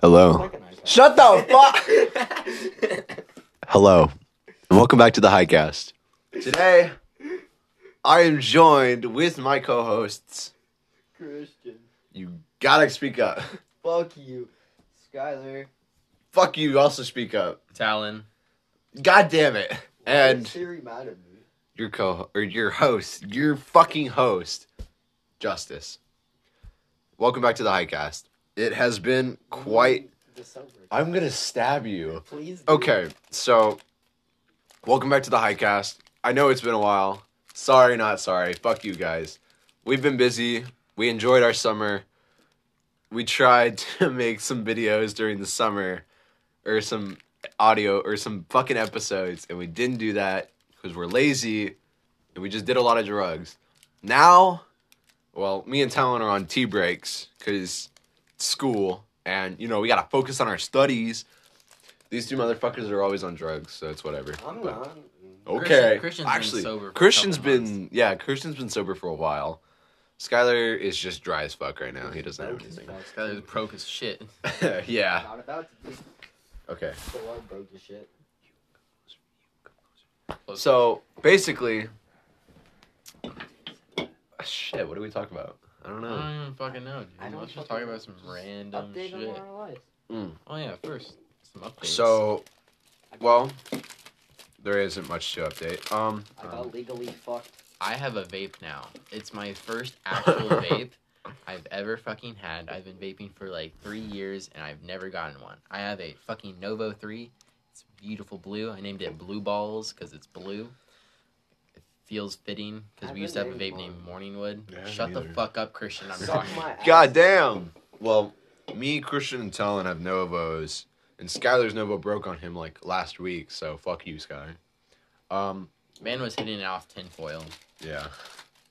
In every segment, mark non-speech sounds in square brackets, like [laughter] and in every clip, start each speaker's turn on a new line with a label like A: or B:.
A: Hello. Shut the fuck. Hello. And welcome back to the Highcast. Today, I am joined with my co-hosts.
B: [laughs] Christian.
A: You gotta speak up.
B: Fuck you. Skyler.
A: Fuck you. Also speak up.
C: Talon.
A: God damn it. And
B: Siri mad at me.
A: your co or your host, your fucking host, Justice. Welcome back to the Highcast. It has been quite.
B: December.
A: I'm gonna stab you.
B: Please. do.
A: Okay, so welcome back to the Highcast. I know it's been a while. Sorry, not sorry. Fuck you guys. We've been busy. We enjoyed our summer. We tried [laughs] to make some videos during the summer or some audio or some fucking episodes, and we didn't do that because we're lazy and we just did a lot of drugs. Now, well, me and Talon are on tea breaks because school and, you know, we got to focus on our studies. These two motherfuckers are always on drugs, so it's whatever.
B: I'm
A: But-
B: not.
A: Okay.
C: Christian- Christian's been
A: Actually,
C: sober for a
A: Christian's
C: couple
A: been yeah, Christian's been sober for a while. Skylar is just dry as fuck right now. He doesn't have anything.
C: Skyler's broke as shit.
A: [laughs] yeah.
B: Not about to be
A: Okay.
B: so I broke the shit.
A: So basically, Ah, shit. What do we talk about? I don't
C: I
A: know.
D: Uh,
C: don't even fucking know,
B: uh, I
C: dude.
B: don't
C: Let's just talk
B: fucking know.
C: about some random
B: Update
C: shit.
B: on our lives.
C: Oh yeah, first some updates.
A: So, well, there isn't much to update. Um,
B: I got legally fucked.
C: I have a vape now. It's
B: [laughs]
C: my first actual vape I've ever fucking had. I've been vaping for like three years and I've never gotten one. I have a fucking Novo three. It's beautiful blue. I named it Blue Balls because it's blue. It feels fitting because we
B: I've
C: used to have a
B: never
C: vape
B: named
C: named
B: one.
C: Morningwood.
A: Yeah, I haven't
C: Shut the
A: either.
C: fuck up, Christian. I'm
B: Suck
C: talking.
B: my ass.
A: God damn. Well, me, Christian, and Talon have Novos, and Skylar's Novo broke on him like last week. So fuck you, Skylar. Um,
C: Man was hitting it off tinfoil.
A: yeah,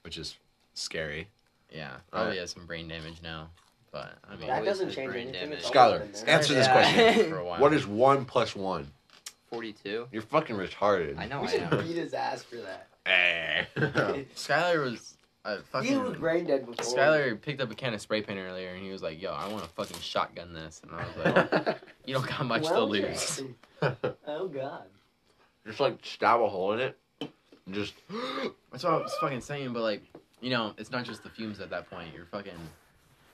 A: which is scary.
C: Yeah, probably
A: Right.
C: has some brain damage now. But I mean,
B: That
C: at least
B: doesn't
C: it's
B: change
C: brain
B: anything, it's
C: damage.
B: always Skylar,
A: Skylar,
B: been there.
A: answer this
B: Yeah.
A: question.
B: [laughs]
C: for a while.
A: What is one plus one?
D: 42.
A: You're fucking retarded.
D: I know
B: We
D: I
B: should
D: am.
B: beat his ass
A: [laughs]
B: for that.
A: Eh.
C: Skylar was uh, fucking.
B: You were brain dead before.
C: Skylar picked up a can of spray paint earlier, and he was like, "Yo, I want to fucking shotgun this," and I was like, "You don't got much
B: Well,
C: to lose." [laughs]
B: Jackson.
A: Eh. [laughs]
B: Oh god.
A: just like stab a hole in it. and Just [gasps]
C: That's what I was fucking saying, but like, you know, it's not just the fumes at that point. You're fucking.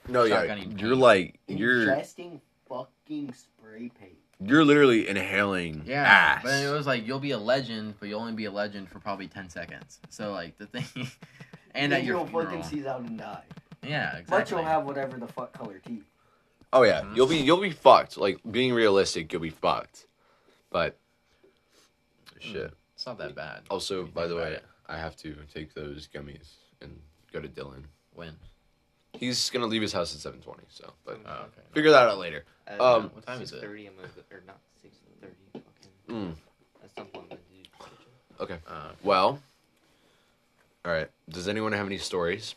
A: no, yeah.
C: Shotgunning paint.
A: You're like you're
B: Ingesting fucking spray paint.
A: you're literally inhaling
C: Yeah,
A: ass.
C: but it was like you'll be a legend, but you'll only be a legend for probably ten seconds. So like the thing, [laughs] and
B: then
C: at your
B: you'll fucking
C: funeral.
B: seize out and die.
C: yeah,
B: But
C: exactly.
B: you'll have whatever the fuck color teeth.
A: Oh yeah,
C: Mhm.
A: you'll be you'll be fucked. Like being realistic, you'll be fucked. But shit.
C: It's not that bad.
A: Also,
C: Think
A: by the
C: about
A: way,
C: it.
A: I have to take those gummies and go to Dylan.
C: When?
A: He's gonna leave his house at seven twenty. So, but uh,
C: Oh, okay.
A: figure that out later.
D: Uh,
A: Um,
C: what time is it?
D: 6:30, I'm over, or not 6:30. Fucking.
A: Mm.
D: That's something I'm gonna do.
C: Uh,
A: Well, all right. Does anyone have any stories?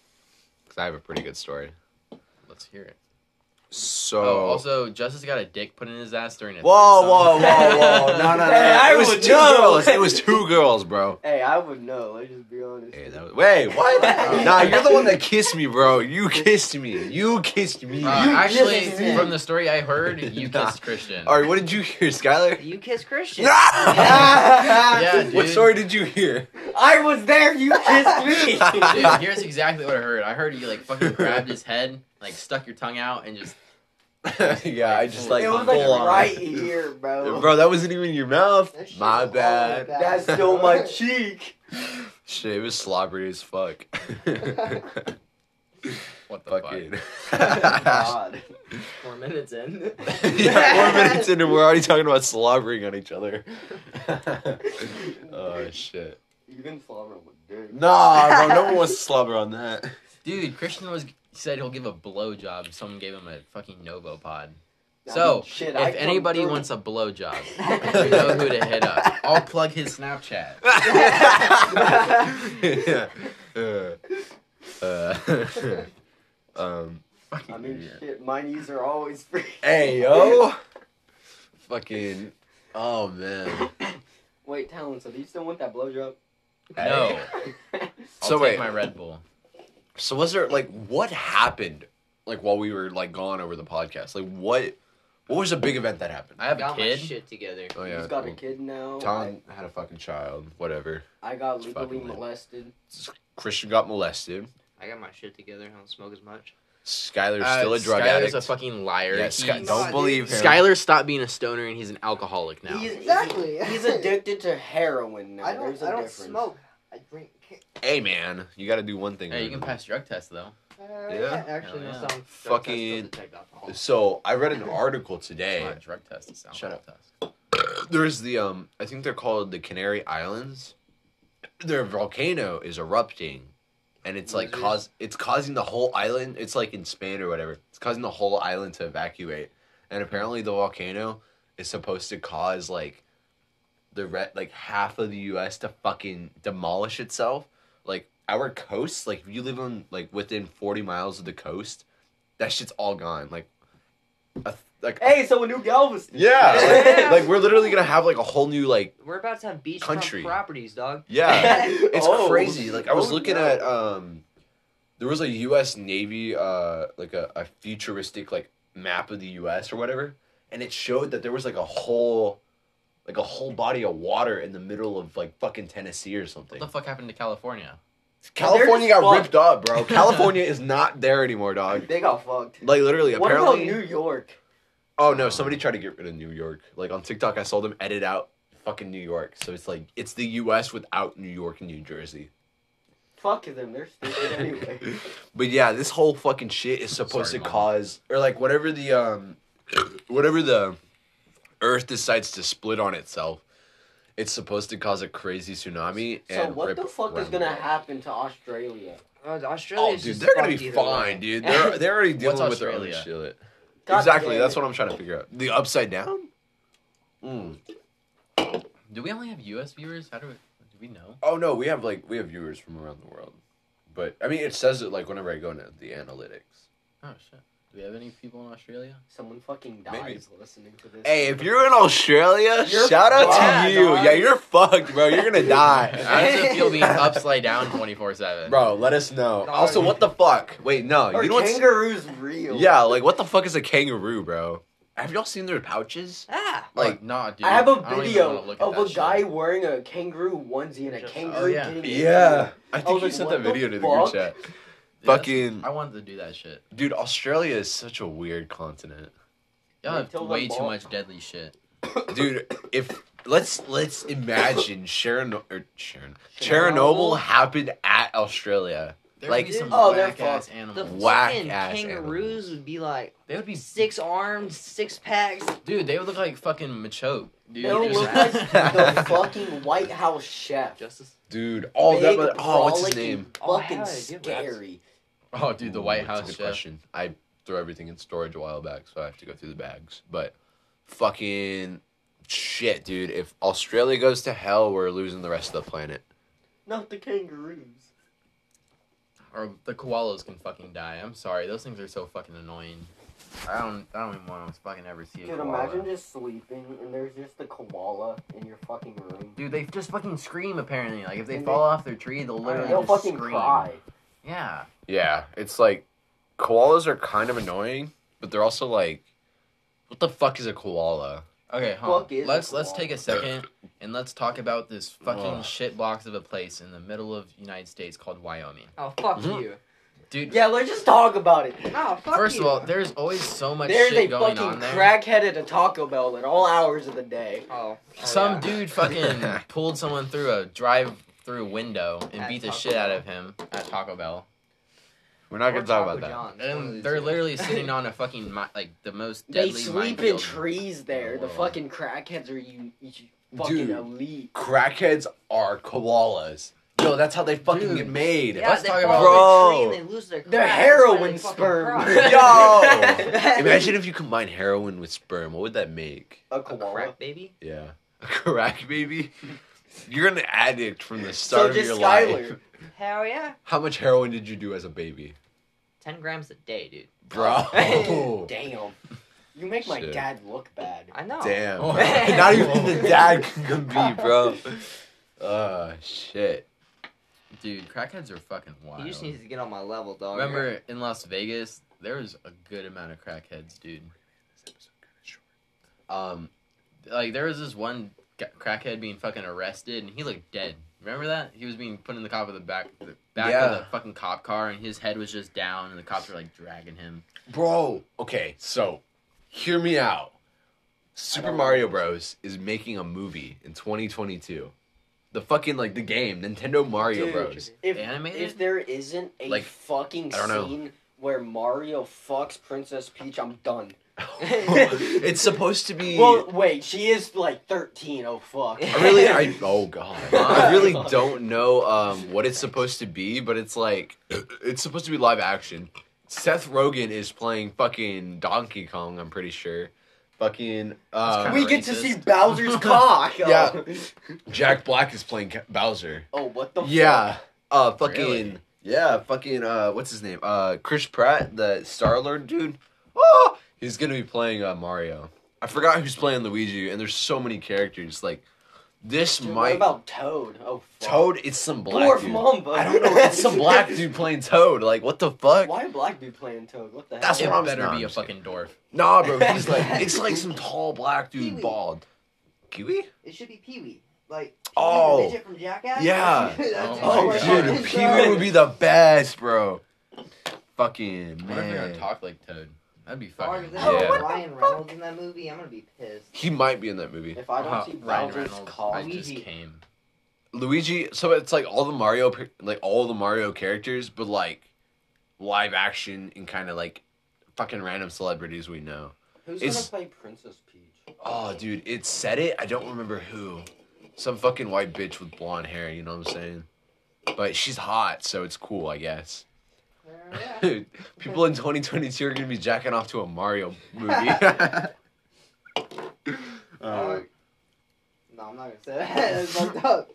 A: Because I have a pretty good story.
C: let's hear it.
A: So.
C: Oh, also, Justice got a dick put in his ass during a.
A: Whoa, whoa,
C: threesome.
A: whoa,
C: [laughs]
A: whoa! No, no, no!
B: [laughs] Hey, I
A: it was
B: would
A: two
B: know.
A: girls. It was two girls, bro.
B: Hey, I would know. Let's just be honest.
A: Hey, that was, wait, what? [laughs] nah, you're the one that kissed me, bro. You kissed me. You kissed me.
C: Uh,
B: You
C: actually,
B: kissed me.
C: from the story I heard, you
A: Nah.
C: kissed Christian.
A: All right, what did you hear, [laughs] Skylar?
D: You kiss Christian.
A: yeah, What
C: dude.
A: story did you hear?
B: I was there.
D: [laughs]
B: You kissed me.
C: Dude, here's exactly what I heard. I heard you like fucking grabbed his head, like stuck your tongue out, and just
A: [laughs] yeah, I just like
B: it was like
A: full on.
B: right here, bro.
A: Bro, that wasn't even your mouth.
D: That shit
A: My
D: was all
A: bad.
D: bad.
B: That's still my [laughs] cheek.
A: [laughs] Shit, it was slobbery as
B: [laughs]
A: fuck. [laughs]
C: what the fuck?
A: Fucking. [laughs]
B: God.
D: Four minutes in.
A: yeah,
B: [laughs]
A: four minutes in and we're already talking about slobbering on each other. [laughs] oh shit.
B: You can slobber with dirt.
A: Nah, bro, no one [laughs] wants to slobber on that.
C: Dude, Christian was said he'll give a blowjob. if Someone gave him a fucking Novo pod.
B: I
C: so,
B: mean, shit, I
C: if
B: come
C: anybody
B: through. [laughs]
C: wants a blowjob, you know who to hit up. I'll plug his Snapchat.
A: yeah. Uh, [laughs] uh, um.
B: I mean, shit, my knees are always free.
A: Hey
B: [laughs]
A: yo. Fucking. Oh man.
B: Wait, Talon, so do you still want that blowjob? [laughs]
C: No. I'll
A: So
C: take
A: wait.
C: my Red Bull.
A: So was there like what happened? Like while we were like gone over the podcast, like what What was a big event that happened?
C: I have a
D: got
C: kid.
D: my shit together.
A: Oh
B: He's
A: yeah.
B: got a kid now. Oh, I,
A: Tom had a fucking child. Whatever.
B: I got
A: It's
B: legally
A: fucking lit.
B: molested.
A: Christian got molested.
D: I got my shit together. I don't smoke as much.
A: Skylar's
C: Uh,
A: still a drug
C: Skyler's
A: addict.
C: a fucking liar.
A: yeah, Sky-
C: He's-
A: don't
B: Nah,
A: believe him.
C: Skyler stopped being a stoner and he's an alcoholic now.
B: He's,
E: Exactly.
B: he- He's addicted to heroin now.
E: I don't.
B: There's a
E: I don't
B: difference.
E: smoke. I drink.
A: Hey man, you got to do one thing.
C: Hey, you
A: man.
C: can pass drug test though.
E: Uh,
A: Yeah?
E: yeah. Actually,
C: Hell
E: no.
C: yeah.
E: Some,
A: Fucking-
D: Detect alcohol.
A: So I read an article
C: It's
A: today.
C: not a drug test. It's an
A: Shut
C: alcohol test.
A: there's the um I think they're called the Canary Islands. Their volcano is erupting and it's like
D: Losers.
A: cause it's causing the whole island it's like in Spain or whatever. It's causing the whole island to evacuate. And apparently the volcano is supposed to cause like the re- like half of the US to fucking demolish itself. Like our coast, like if you live on like within 40 miles of the coast, that shit's all gone. Like a th- like a
B: Hey, so a new Galveston. [laughs]
A: yeah, like, like, we're literally gonna have like a whole new like
D: We're about to have beachfront
A: Country.
D: properties, dog.
A: yeah.
B: [laughs]
A: It's
B: Oh.
A: crazy. Like I was
B: Oh,
A: looking
B: no.
A: at um, there was a U.S. Navy uh like a, a futuristic like map of the U.S. or whatever, and it showed that there was like a whole, like a whole body of water in the middle of like fucking Tennessee or something.
C: What the fuck happened to California?
A: California got
B: They're just fucked.
A: ripped up, bro. California is not there anymore, dog.
B: They got fucked.
A: uh, Like literally,
B: What about
A: apparently.
B: New York?
A: Oh no, somebody tried to get rid of New York. Like on TikTok, I saw them edit out fucking New York. So it's like it's the U.S. without New York and New Jersey.
B: Fuck them. They're
A: [laughs]
B: stupid anyway.
A: But yeah, this whole fucking shit is supposed
C: Sorry,
A: to
C: Mom.
A: cause or like whatever the um [clears throat] whatever the earth decides to split on itself, it's supposed to cause a crazy tsunami
B: So
A: and
B: what
A: rip
B: the fuck is
A: around
B: gonna
A: the world.
B: happen to Australia?
D: Oh,
A: Oh,
D: Australia's
A: dude,
D: just
A: they're gonna
D: fucked
A: be
D: either
A: fine,
D: way.
A: dude.
B: [laughs]
A: They're they're already dealing
C: What's
A: with their own shit.
B: God
A: exactly,
B: damn Hmm.
A: that's
B: it.
A: what I'm trying to figure out. The upside down. Mm.
C: Do we only have U.S. viewers? How do we? Do we know?
A: Oh no, we have like we have viewers from around the world, but I mean it says it like whenever I go into the analytics.
C: Oh shit. Do we have any people in Australia?
B: Someone fucking dies
A: Maybe.
B: listening to this.
A: Hey, if you're in Australia,
B: You're
A: shout out
B: fucked,
A: to you.
B: dog.
A: Yeah, you're fucked, bro. You're [laughs] gonna
C: [laughs] How
A: die.
C: does it feel being upside down twenty four
A: [laughs]
C: seven?
A: bro, let us know.
D: Dog.
A: Also, what the fuck? Wait, no.
B: Are
A: you know what's
B: kangaroos real?
A: Yeah, like what the fuck is a kangaroo, bro? Have y'all seen their pouches?
D: Ah,
A: Like
C: Like nah, dude.
B: I have a
C: don't even
B: video
C: wanna look at
B: of
C: that
B: a
C: shit.
B: guy wearing a kangaroo onesie and a
D: Just-
B: kangaroo
C: Oh, yeah.
B: getting
A: I
B: I
A: think
B: was
A: you
B: like,
A: Oh, sent that
B: what the
A: video to the group
B: fuck?
A: chat.
C: Dude, that's-
A: Fucking
C: I wanted to do that shit.
A: dude, Australia is such a weird continent.
C: Y'all
B: Wait
C: have
B: till the
C: way too
B: ball-
C: much deadly shit.
A: Dude, if let's let's imagine Sharon or Sharon
B: Chernobyl?
A: Chernobyl happened at Australia.
C: There
A: Like-
C: would be some
B: Oh, they're
C: whack ass
D: the
C: animals.
A: Whack
D: fucking
A: ass
D: kangaroos
A: animals.
D: would be like
C: They would be
D: six arms, six packs.
C: Dude, they would look like fucking Machoke. Dude,
B: They don't
C: Just-
B: look like
C: [laughs]
B: the fucking White House chef.
D: Justice.
A: Dude, all
B: Big,
A: that oh what's his
B: frolicky,
A: name?
D: Oh,
B: Fucking
D: hell, yeah, dude, that's-
B: scary.
C: Oh, dude, the
A: Ooh,
C: White
A: that's a
C: House
A: good
C: chef.
A: question. I threw everything in storage a while back, so I have to go through the bags. But fucking shit, dude. If Australia goes to hell, we're losing the rest of the planet.
B: Not the kangaroos.
C: Or the koalas can fucking die. I'm sorry, those things are so fucking annoying. I don't, I don't even want to fucking ever see a
B: Dude,
C: koala.
B: imagine just sleeping and there's just a koala in your fucking room.
C: Dude, they just fucking scream. Apparently, like if they
B: And
C: fall off their tree, they'll literally
B: They'll
C: just
B: fucking
C: scream.
B: cry.
C: Yeah,
A: Yeah, it's like koalas are kind of annoying, but they're also like, what the fuck is a koala?
C: Okay, huh.
B: fuck is a
C: Let's let's
B: koala?
C: take a second and let's talk about this fucking
A: Ugh.
C: shit box of a place in the middle of United States called Wyoming.
D: Oh fuck
A: Mhm.
D: you.
C: Dude,
B: Yeah, let's just talk about it.
D: Oh fuck
C: first
D: you.
C: of all, there's always so much
B: There's a
C: shit going
B: fucking
C: on there.
B: crackhead at a Taco Bell at all hours of the day.
D: oh, oh,
C: Some
D: yeah.
C: dude fucking
D: [laughs]
C: pulled someone through a drive-through window and
D: At
C: beat the
D: Taco
C: shit out
D: Bell.
C: of him at Taco Bell.
A: We're not
D: Or
A: gonna talk
D: Taco
A: about that. Mm.
D: John's, one of
C: And
D: these
C: they're
D: two.
C: literally sitting on a fucking mi- like the most
B: They
C: deadly.
B: sleep in
C: minefield.
B: trees there. The
C: Whoa.
B: fucking crackheads are you, you fucking
A: Dude.
B: elite.
A: Crackheads are koalas. Yo, that's how they fucking
C: Dude.
A: get made.
D: Yeah,
C: Let's
D: they
C: talk
D: fall
C: about-
D: off
A: Bro.
D: the tree and they lose their
B: They're
D: crap. That's why
B: heroin
D: they fucking
B: sperm.
D: cry.
A: [laughs]
D: [laughs]
A: Yo! Imagine if you combine heroin with sperm. What would that make?
B: A
D: A
B: koala.
D: crack baby.
A: Yeah. [laughs] Correct, baby. You're an addict from the
B: so
A: start
B: just
A: of your [laughs]
B: Skylar. [laughs]
A: life.
D: Hell yeah.
A: How much heroin did you do as a baby?
D: Ten grams a day, dude.
A: Bro.
B: [laughs] Damn. You make my
A: Oh. Shit.
B: dad look bad.
D: I know.
A: Damn. [laughs]
C: Oh.
A: Not even the dad can compete, bro. Oh, shit.
C: Dude, crackheads are fucking wild.
D: He just needs to get on my level, dog.
C: Remember in Las Vegas, there was a good amount of crackheads, dude. Um, like there was this one g- crackhead being fucking arrested, and he looked dead. Remember that? He was being put in the cop of the back, the back
A: Yeah.
C: of the fucking cop car, and his head was just down, and the cops were like dragging him.
A: Bro, okay, so hear me out.
B: I
A: Super
B: don't
A: Mario Bros. is making a movie in 2022. The fucking like the game Nintendo Mario
B: Dude.
A: Bros.
B: [laughs]
A: [laughs]
B: If,
C: Animated?
B: if there isn't a
A: Like,
B: fucking
A: I don't know.
B: scene where Mario fucks Princess Peach, I'm done.
A: it's supposed to be.
B: Well, wait, she is like 13. Oh fuck.
A: I
B: [laughs]
A: really, I oh god, I really don't know um, what it's
C: Thanks.
A: supposed to be, but it's like [clears throat] it's supposed to be live action. Seth Rogen is playing fucking Donkey Kong. I'm pretty sure. Fucking uh,
C: kinda
B: we get to
C: racist.
B: see Bowser's cock. Oh.
A: [laughs] Yeah. Jack Black is playing Ca- Bowser.
B: Oh, what the?
A: Yeah. Uh, fucking.
C: Really?
A: Yeah, fucking. Uh, what's his name? Uh, Chris Pratt, the Star Lord dude. Oh, he's gonna be playing uh, Mario. I forgot who's playing Luigi, and there's so many characters. Like, this
B: Dude, What
A: might
B: about Toad? Oh, fuck.
A: Toad. It's some black
B: Dwarf
A: dude.
B: Mamba.
A: I don't know. It's
B: [laughs]
A: some black dude playing Toad. Like, what the fuck?
B: Why a black dude playing Toad? What the hell?
A: That's
C: it
A: what I'm-
C: better
A: no,
C: be a
A: just kidding.
C: fucking dwarf.
A: Nah, bro. He's like, it's like some tall black dude,
D: Kiwi.
A: bald. Kiwi?
D: It should be Pee Wee. Like,
A: Oh.
D: oh, the midget from Jackass.
A: Yeah.
D: [laughs]
C: Oh
D: That's
A: Oh,
D: exactly
C: my
D: what
C: God.
D: it
A: dude,
D: is,
A: Pee
D: bro.
A: Wee would be the best, bro. Fucking
C: What if they're gonna
A: man.
C: talk like Toad? That'd be
D: Dog,
C: fucking.
D: if that was
A: Yeah.
D: Ryan Reynolds in that movie, I'm gonna be pissed.
A: He might be in that movie.
B: If I don't
C: Uh,
B: see
C: Ryan
B: Bowser's
C: Reynolds,
B: cock,
C: I just
D: Luigi.
C: came.
A: Luigi. So it's like all the Mario, pa- like all the Mario characters, but like live action and kind of like fucking random celebrities we know.
B: who's
A: It's-
B: gonna play Princess Peach?
A: Oh, dude, it said it. I don't remember who. Some fucking white bitch with blonde hair. You know what I'm saying? But she's hot, so it's cool, I guess.
D: Yeah.
A: [laughs] Dude, people in 2022 are gonna be jacking off to a Mario movie. [laughs]
D: [laughs]
A: Uh,
D: No, I'm not gonna say that. [laughs] That's fucked up.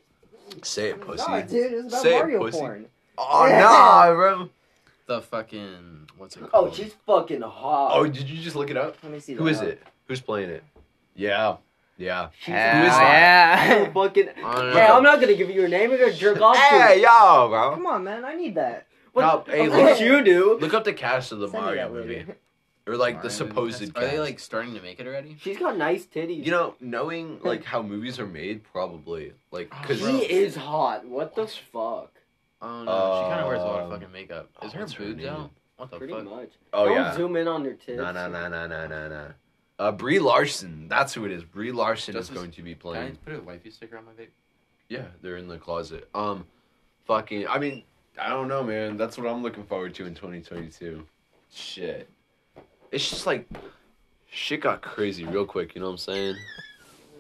A: say it, pussy.
D: No, dude, it's about
A: Say it,
D: Mario
A: pussy.
D: porn.
A: Oh
D: Yeah.
A: nah, bro.
C: The fucking what's it
B: Oh,
C: called?
B: she's fucking hot.
A: Oh, did you just look it up?
D: Let me see.
A: Who
D: that
A: is
D: up.
A: it? Who's playing it? Yeah, yeah.
B: she's
A: Who is
B: [laughs] You're
D: yeah.
B: fucking.
A: I don't
B: Hey,
A: know.
B: I'm not gonna give you your name. You're gonna jerk off to.
A: Hey,
B: it.
A: yo, bro.
D: Come on, man. I need that.
B: What,
A: No, hey,
B: of
D: look.
B: course you do.
A: Look up the cast of the
D: Send me
A: Mario
D: that
A: movie,
D: movie.
A: or like
C: Mario
A: the
C: movie
A: supposed.
C: test?
A: Cast.
C: Are they like starting to make it already?
B: She's got nice titties.
A: You know, knowing like how movies are made, probably like because
B: she is hot. What the fuck?
C: Oh no, she kind of wears a lot of
A: Um,
C: fucking makeup. Is her
A: what's her
C: boobs
A: name?
C: out? What the
B: Pretty
C: fuck?
B: much.
A: oh
B: don't
A: yeah,
B: zoom in on their tits.
A: no no no no no no no. Uh, Brie Larson, that's who it is. Brie Larson is
C: Doesn't-
A: going to be
C: Can I
A: playing.
C: put a wifey sticker on my vape?
A: Yeah, they're in the closet. Um, fucking. I mean, I don't know, man. That's what I'm looking forward to in 2022. Shit, it's just like shit got crazy real quick. You know what I'm saying?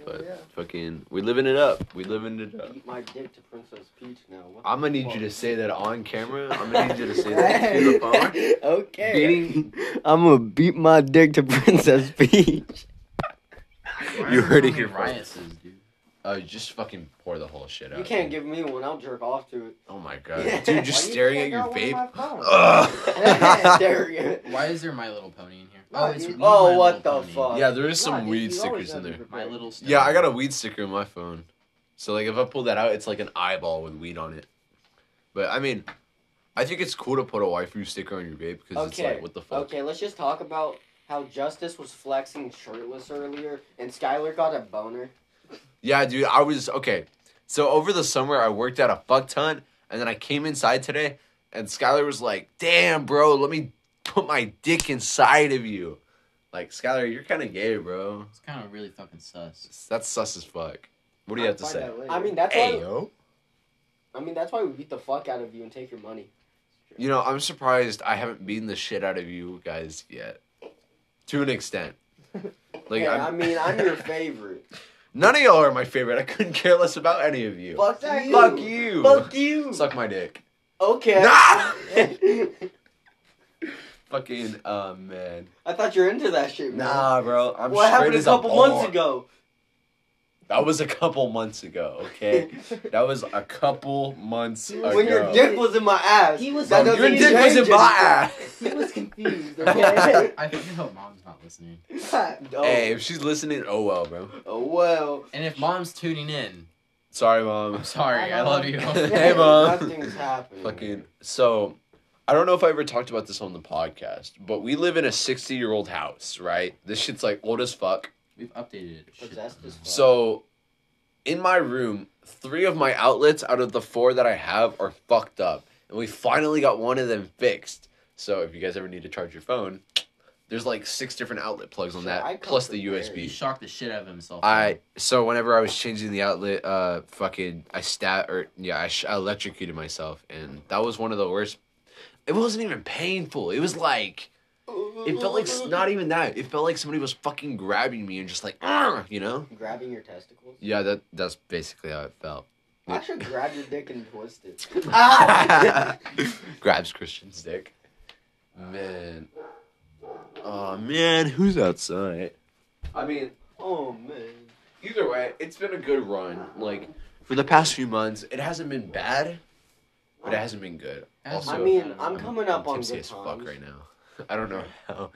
A: But
D: Yeah.
A: fucking, we living it up. We living it up.
B: Eat my dick to Princess Peach now. What
A: I'm gonna need
B: fuck?
A: you to say that on camera. I'm gonna need you to say that to
D: [laughs]
A: the phone.
B: [laughs]
D: okay.
A: Beating.
B: I'm gonna beat my dick
A: [laughs]
B: to Princess Peach.
A: You heard it here
C: Riots, dude.
A: Uh, just fucking pour the whole shit out.
B: You can't give me one. I'll jerk off [laughs] to
A: Oh my
D: [laughs]
A: god,
B: Yeah.
A: dude!
D: Why
A: Just
D: do you
A: staring at
D: think I
A: your
D: got one
A: vape.
D: of my phone? [laughs]
B: it.
A: Ugh. [laughs]
B: there you go.
C: Why is there My Little Pony in here?
D: Oh,
C: it's
D: dude.
C: We
B: Oh,
C: My
B: what
C: Little
B: the
C: Pony.
B: fuck?
A: yeah, there is
D: No,
A: some
D: dude,
A: weed
D: you always
A: stickers in
D: gotta
A: there.
D: be
C: My
D: prepared.
C: Little. Stone.
A: Yeah, I got a weed sticker on my phone. So like if I pull that out, it's like an eyeball with weed on it. But I mean, I think it's cool to put a waifu sticker on your vape because it's
B: Okay,
A: like what the fuck.
B: Okay, let's just talk about how Justice was flexing shirtless earlier, and Skylar got a boner.
A: Yeah, dude, I was okay. So over the summer I worked at a fuck ton and then I came inside today and Skylar was like, "Damn, bro, let me put my dick inside of you." Like, Skylar, you're kind of gay, bro.
C: It's kind of really fucking sus.
A: That's sus as fuck. What do you
D: I'll
A: have to
D: find
A: say?
D: out later.
B: I mean, that's
A: Hey,
B: why.
A: yo.
B: I mean, that's why we beat the fuck out of you and take your money.
A: You know, I'm surprised I haven't beaten the shit out of you guys yet. To an
B: [laughs]
A: extent. Like,
B: yeah, I
A: I'm-
B: mean, I'm
A: [laughs]
B: your favorite.
A: none of y'all are my favorite. I couldn't care less about any of you.
B: fuck
D: Exactly.
B: you.
A: Fuck you.
B: Fuck you.
A: Suck my dick.
B: Okay. [laughs]
A: Nah!
B: I
A: Fucking, oh man.
B: thought you're into that shit, man.
A: Nah, bro. I'm
B: what
A: straight
B: happened a
A: as
B: couple
A: bar.
B: months ago?
A: That was a couple months ago,
B: [laughs]
A: okay? that was [laughs] a couple months ago.
B: when your dick was in my ass.
D: He was-
A: Bro,
B: That
D: Your
B: doesn't
A: your
B: even
A: dick was
B: change
A: in my
B: anything.
A: ass.
D: [laughs] He
A: [laughs]
D: was confused. Okay.
C: I fucking hope mom's not listening.
B: [laughs] Oh,
A: Hey, if she's listening, oh well, bro.
B: oh well.
C: And if mom's tuning in,
A: Sorry,
C: I'm
A: mom.
C: sorry. I,
D: I
C: love
D: love
A: [laughs]
C: you.
B: [laughs]
A: Hey, Mom.
B: Nothing's happening.
A: Fucking so I don't know if I ever talked about this on the podcast, but we live in a 60 year old house, right? This shit's like old as fuck.
C: We've updated it. Shit.
B: Possessed as fuck.
A: So, in my room, three of my outlets out of the four that I have are fucked up, and we finally got one of them fixed. So, if you guys ever need to charge your phone, there's like six different outlet plugs on
B: Shit, I
A: that,
B: come
A: plus the
B: prepared.
C: He
A: USB.
C: shocked the shit out of himself.
A: I so whenever I was changing the outlet, uh, fucking I stat or yeah, I, sh- I electrocuted myself, and that was one of the worst. It wasn't even painful. It was like it felt like s- not even that. It felt like somebody was fucking grabbing me and just like, "Argh," you know.
B: Grabbing your testicles?
A: Yeah, that that's basically how it felt.
B: I should grab your dick and twist it.
A: [laughs]
B: [laughs]
A: Grabs Christian's dick. Man. Oh man, who's outside? I mean,
B: oh man.
A: either way, it's been a good run. Like for the past few months, it hasn't been bad, but it hasn't been good.
C: Hasn't
A: Also,
B: I
C: So-
B: mean, I'm coming
A: I'm
B: up on
A: tipsy
B: good
A: as fuck
B: times.
A: right now. [laughs] I don't know how.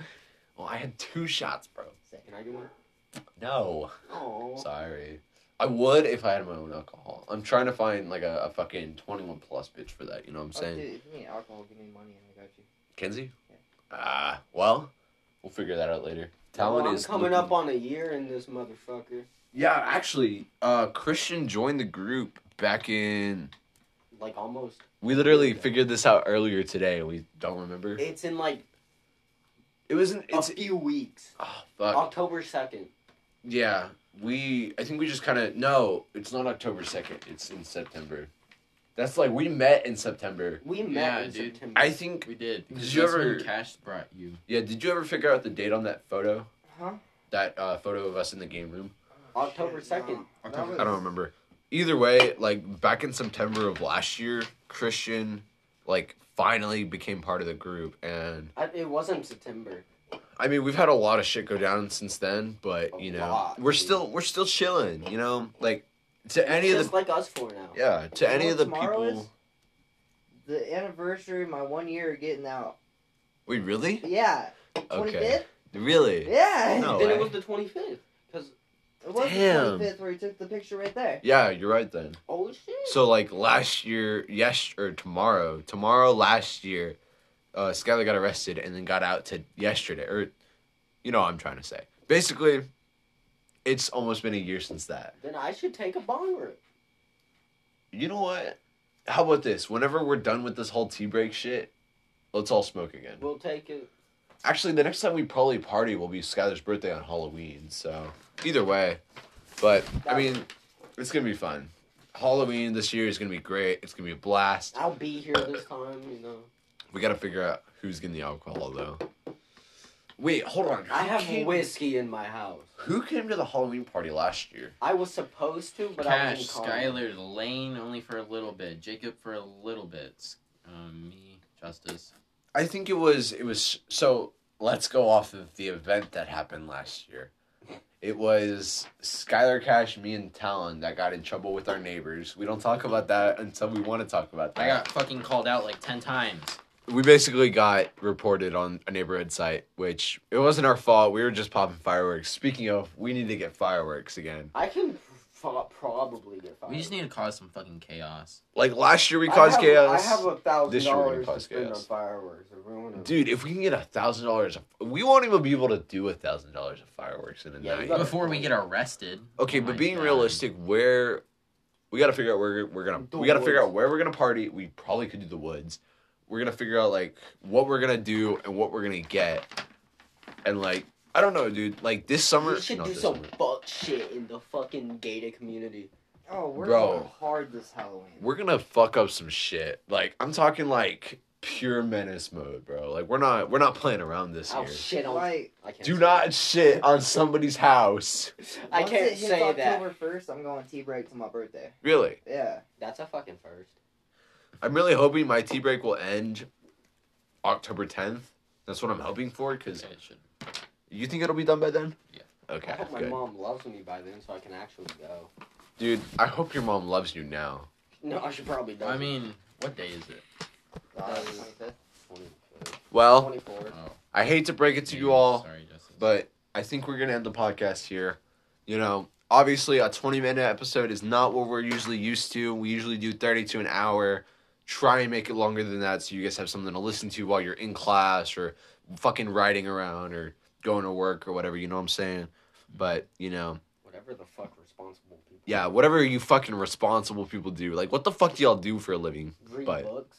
A: Well, I had two shots, bro.
B: Can I do one?
A: No.
B: Oh.
A: Sorry. I would if I had my own alcohol. I'm trying to find like a, a fucking 21 plus bitch for that. You know what I'm saying?
D: Dude, if you need alcohol, give me money and I got you.
A: Kenzie?
D: Yeah.
A: Ah, well, we'll figure that out later. Talent
B: I'm
A: is
B: coming
A: looking-
B: up on a year in this motherfucker.
A: Yeah, actually, uh, Christian joined the group back in.
B: Like almost.
A: We literally figured this out earlier today. and We don't remember.
B: It's in like
A: It wasn't.
B: a
A: It's.
B: few weeks.
A: Oh fuck.
B: October second.
A: Yeah, we. I think we just kind of. No, it's not October second. It's in September. That's like we met in September.
B: We met
C: Yeah,
B: in
C: dude.
B: September.
A: I think.
C: We did.
A: Did
C: Because
A: you
C: that's
A: ever-
C: when Cash brought you.
A: Yeah. Did you ever figure out the date on that photo?
D: Huh?
A: That uh, photo of us in the game room.
B: October
D: Shit, nah.
B: 2nd.
D: That
C: October-
D: was-
A: I don't remember. Either way, like back in September of last year, Christian like finally became part of the group and
B: I, it wasn't September.
A: I mean, we've had a lot of shit go down since then, but you
B: A
A: know,
B: lot,
A: we're
B: dude.
A: still we're still chilling, you know? Like to
B: Any
A: any
B: it's
A: of
B: just
A: the
B: like us four now.
A: yeah, to
D: You
A: any
D: know
A: of the
D: what tomorrow
A: people.
D: is? The anniversary of my one year of getting out.
A: Wait, really?
D: Yeah. Twenty
A: Okay.
D: fifth?
A: Really?
D: Yeah.
A: No
B: then
A: way.
B: it was the 25th. Cause
D: It was
A: Damn.
D: the twenty fifth where he took the picture right there.
A: Yeah, you're right then.
B: oh shit.
A: So like last year, yes or tomorrow, tomorrow last year, uh, Skylar got arrested and then got out to yesterday, or you know what I'm trying to say. Basically, it's almost been a year since that.
B: then I should take a bong rip.
A: You know what? How about this? Whenever we're done with this whole tea break shit, let's all smoke again.
B: We'll take it.
A: Actually, the next time we probably party will be Skylar's birthday on Halloween. So either way, but I mean, it's gonna be fun. Halloween this year is gonna be great. It's gonna be a blast.
B: I'll be here this time. You know.
A: We gotta figure out who's getting the alcohol though. Wait, hold on.
B: I
A: Who
B: have
A: came-
B: whiskey in my house.
A: Who came to the Halloween party last year?
B: I was supposed to, but I
C: Cash,
B: was in college.
C: Skylar, Lane only for a little bit. Jacob for a little bit. S- Um, me, Justice.
A: I think it was it was so let's go off of the event that happened last year. It was Skylar Cash, me and Talon that got in trouble with our neighbors. We don't talk about that until we want to talk about that.
C: I got fucking called out like ten times.
A: we basically got reported on a neighborhood site, which it wasn't our fault. We were just popping fireworks. Speaking of, we need to get fireworks again.
B: I can pro- probably get fired.
C: We just need to cause some fucking chaos.
A: Like last year, we
B: I
A: caused
B: have-
A: chaos.
B: I have a thousand
A: This year we're gonna
B: dollars to
A: cause
B: spend on
A: chaos.
B: fireworks. If we wanna-
A: Dude, if we can get a thousand dollars, we won't even be able to do a thousand dollars of fireworks in a
B: Yeah, we
A: night.
B: gotta-
C: Before we get arrested.
A: [laughs] okay,
C: Oh
A: but
C: my
A: being
C: God.
A: realistic, where we got to figure out where we're gonna
B: The
A: we got to figure
B: woods.
A: out where we're gonna party. We probably could do the woods. We're gonna figure out like what we're gonna do and what we're gonna get, and like I don't know, dude. Like this summer,
B: we should
A: not
B: do
A: this
B: some
A: summer.
B: fuck shit in the fucking gated community.
D: Oh, we're
A: Bro.
D: going hard this Halloween.
A: we're gonna fuck up some shit. Like I'm talking like pure menace mode, bro. Like we're not we're not playing around this
B: I'll
A: year.
B: Oh, shit on.
D: like
B: I can't
A: Do
B: say
A: not shit on somebody's house.
B: that. I
D: once
B: can't
D: it hits
B: say that.
D: October first, I'm going tea break till my birthday.
A: Really.
D: Yeah.
B: That's a fucking first.
A: I'm really hoping my tea break will end October 10th. That's what I'm hoping for because
C: Okay, it should.
A: you think it'll be done by then?
C: Yeah.
A: Okay.
B: I hope my
A: good.
B: mom loves me by then, so I can actually go.
A: Dude, I hope your mom loves you now.
B: No, I should probably.
C: I mean, what day is it?
D: Uh,
B: That is-
D: 25th.
A: Well,
B: twenty-four.
C: Oh,
A: I hate to break it to you
C: yeah,
A: all,
C: Sorry, Justice.
A: but I think we're going to end the podcast here. You know, obviously, a 20 minute episode is not what we're usually used to. We usually do 30 to an hour. Try and make it longer than that so you guys have something to listen to while you're in class or fucking riding around or going to work or whatever. You know what I'm saying? But you know,
B: Whatever the fuck responsible people.
A: yeah, whatever you fucking responsible people do, like what the fuck do y'all do for a living?
B: Read
A: but-
B: books.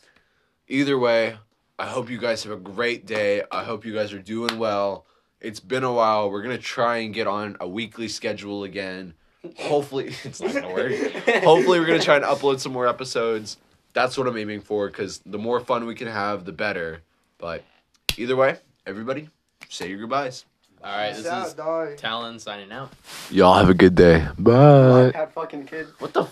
A: Either way, I hope you guys have a great day. I hope you guys are doing well. It's been a while. We're gonna try and get on a weekly schedule again. Hopefully, [laughs] it's not gonna
B: [laughs]
A: work. Hopefully, we're gonna try and upload some more episodes. That's what I'm aiming for because the more fun we can have, the better. But either way, everybody, say your goodbyes.
C: All right, this
D: Peace out,
C: is
D: dog.
C: Talon signing out.
A: Y'all have a good day. Bye.
B: Had fucking kids.
A: What the fuck?